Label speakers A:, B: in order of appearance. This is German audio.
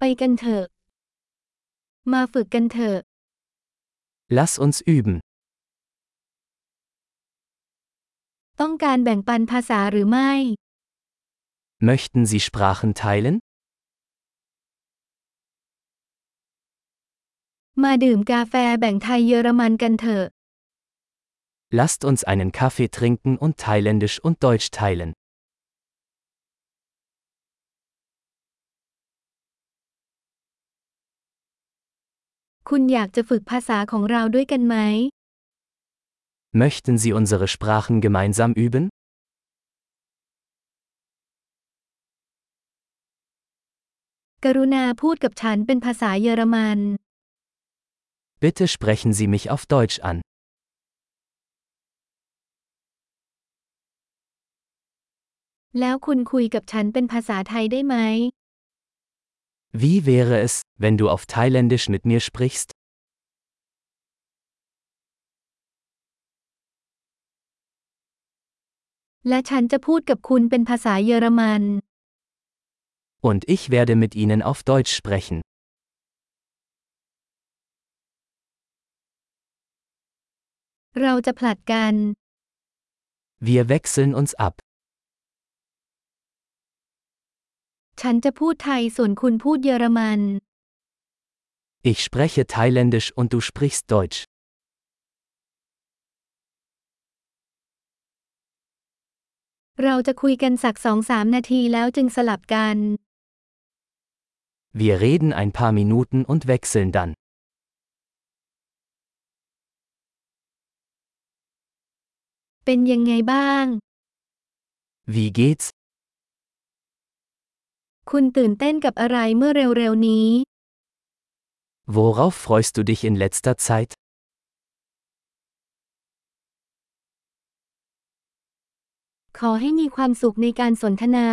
A: กันเถอะ มาฝึกกันเถอะ
B: Lass uns üben.
A: ต้องการแบ่งปันภาษาหรือไม่
B: Möchten Sie Sprachen teilen?
A: มาดื่มกาแฟแบ่งไทยเยอรมันกันเถอะ
B: Lasst uns einen Kaffee trinken und Thailändisch und Deutsch teilen.
A: คุณอยากจะฝึกภาษาของเราด้วยกันไหม
B: Möchten Sie unsere Sprachen gemeinsam üben?
A: กรุณาพูดกับฉันเป็นภาษาเยอรมัน
B: Bitte sprechen Sie mich auf Deutsch an.
A: แล้วคุณคุยกับฉันเป็นภาษาไทยได้ไหม
B: Wie wäre es, wenn du auf Thailändisch mit mir sprichst?
A: และฉันจะพูดกับคุณเป็นภาษาเยอรมัน
B: Und ich werde mit ihnen auf Deutsch sprechen.
A: เราจะผลัดกัน
B: Wir wechseln uns ab.
A: ฉันจะพูดไทยส่วนคุณพูดเยอรมัน
B: Ich spreche Thailändisch und du sprichst Deutsch.
A: เราจะคุยกันสักสองสามนาทีแล้วจึงสลับกัน
B: Wir reden ein paar Minuten und wechseln dann.
A: เป็นยังไงบ้าง
B: Wie geht's?
A: คุณตื่นเต้นกับอะไรเมื่อเร็วๆนี้
B: Worauf freust du dich in letzter Zeit?
A: ขอให้มีความสุขในการสนทนา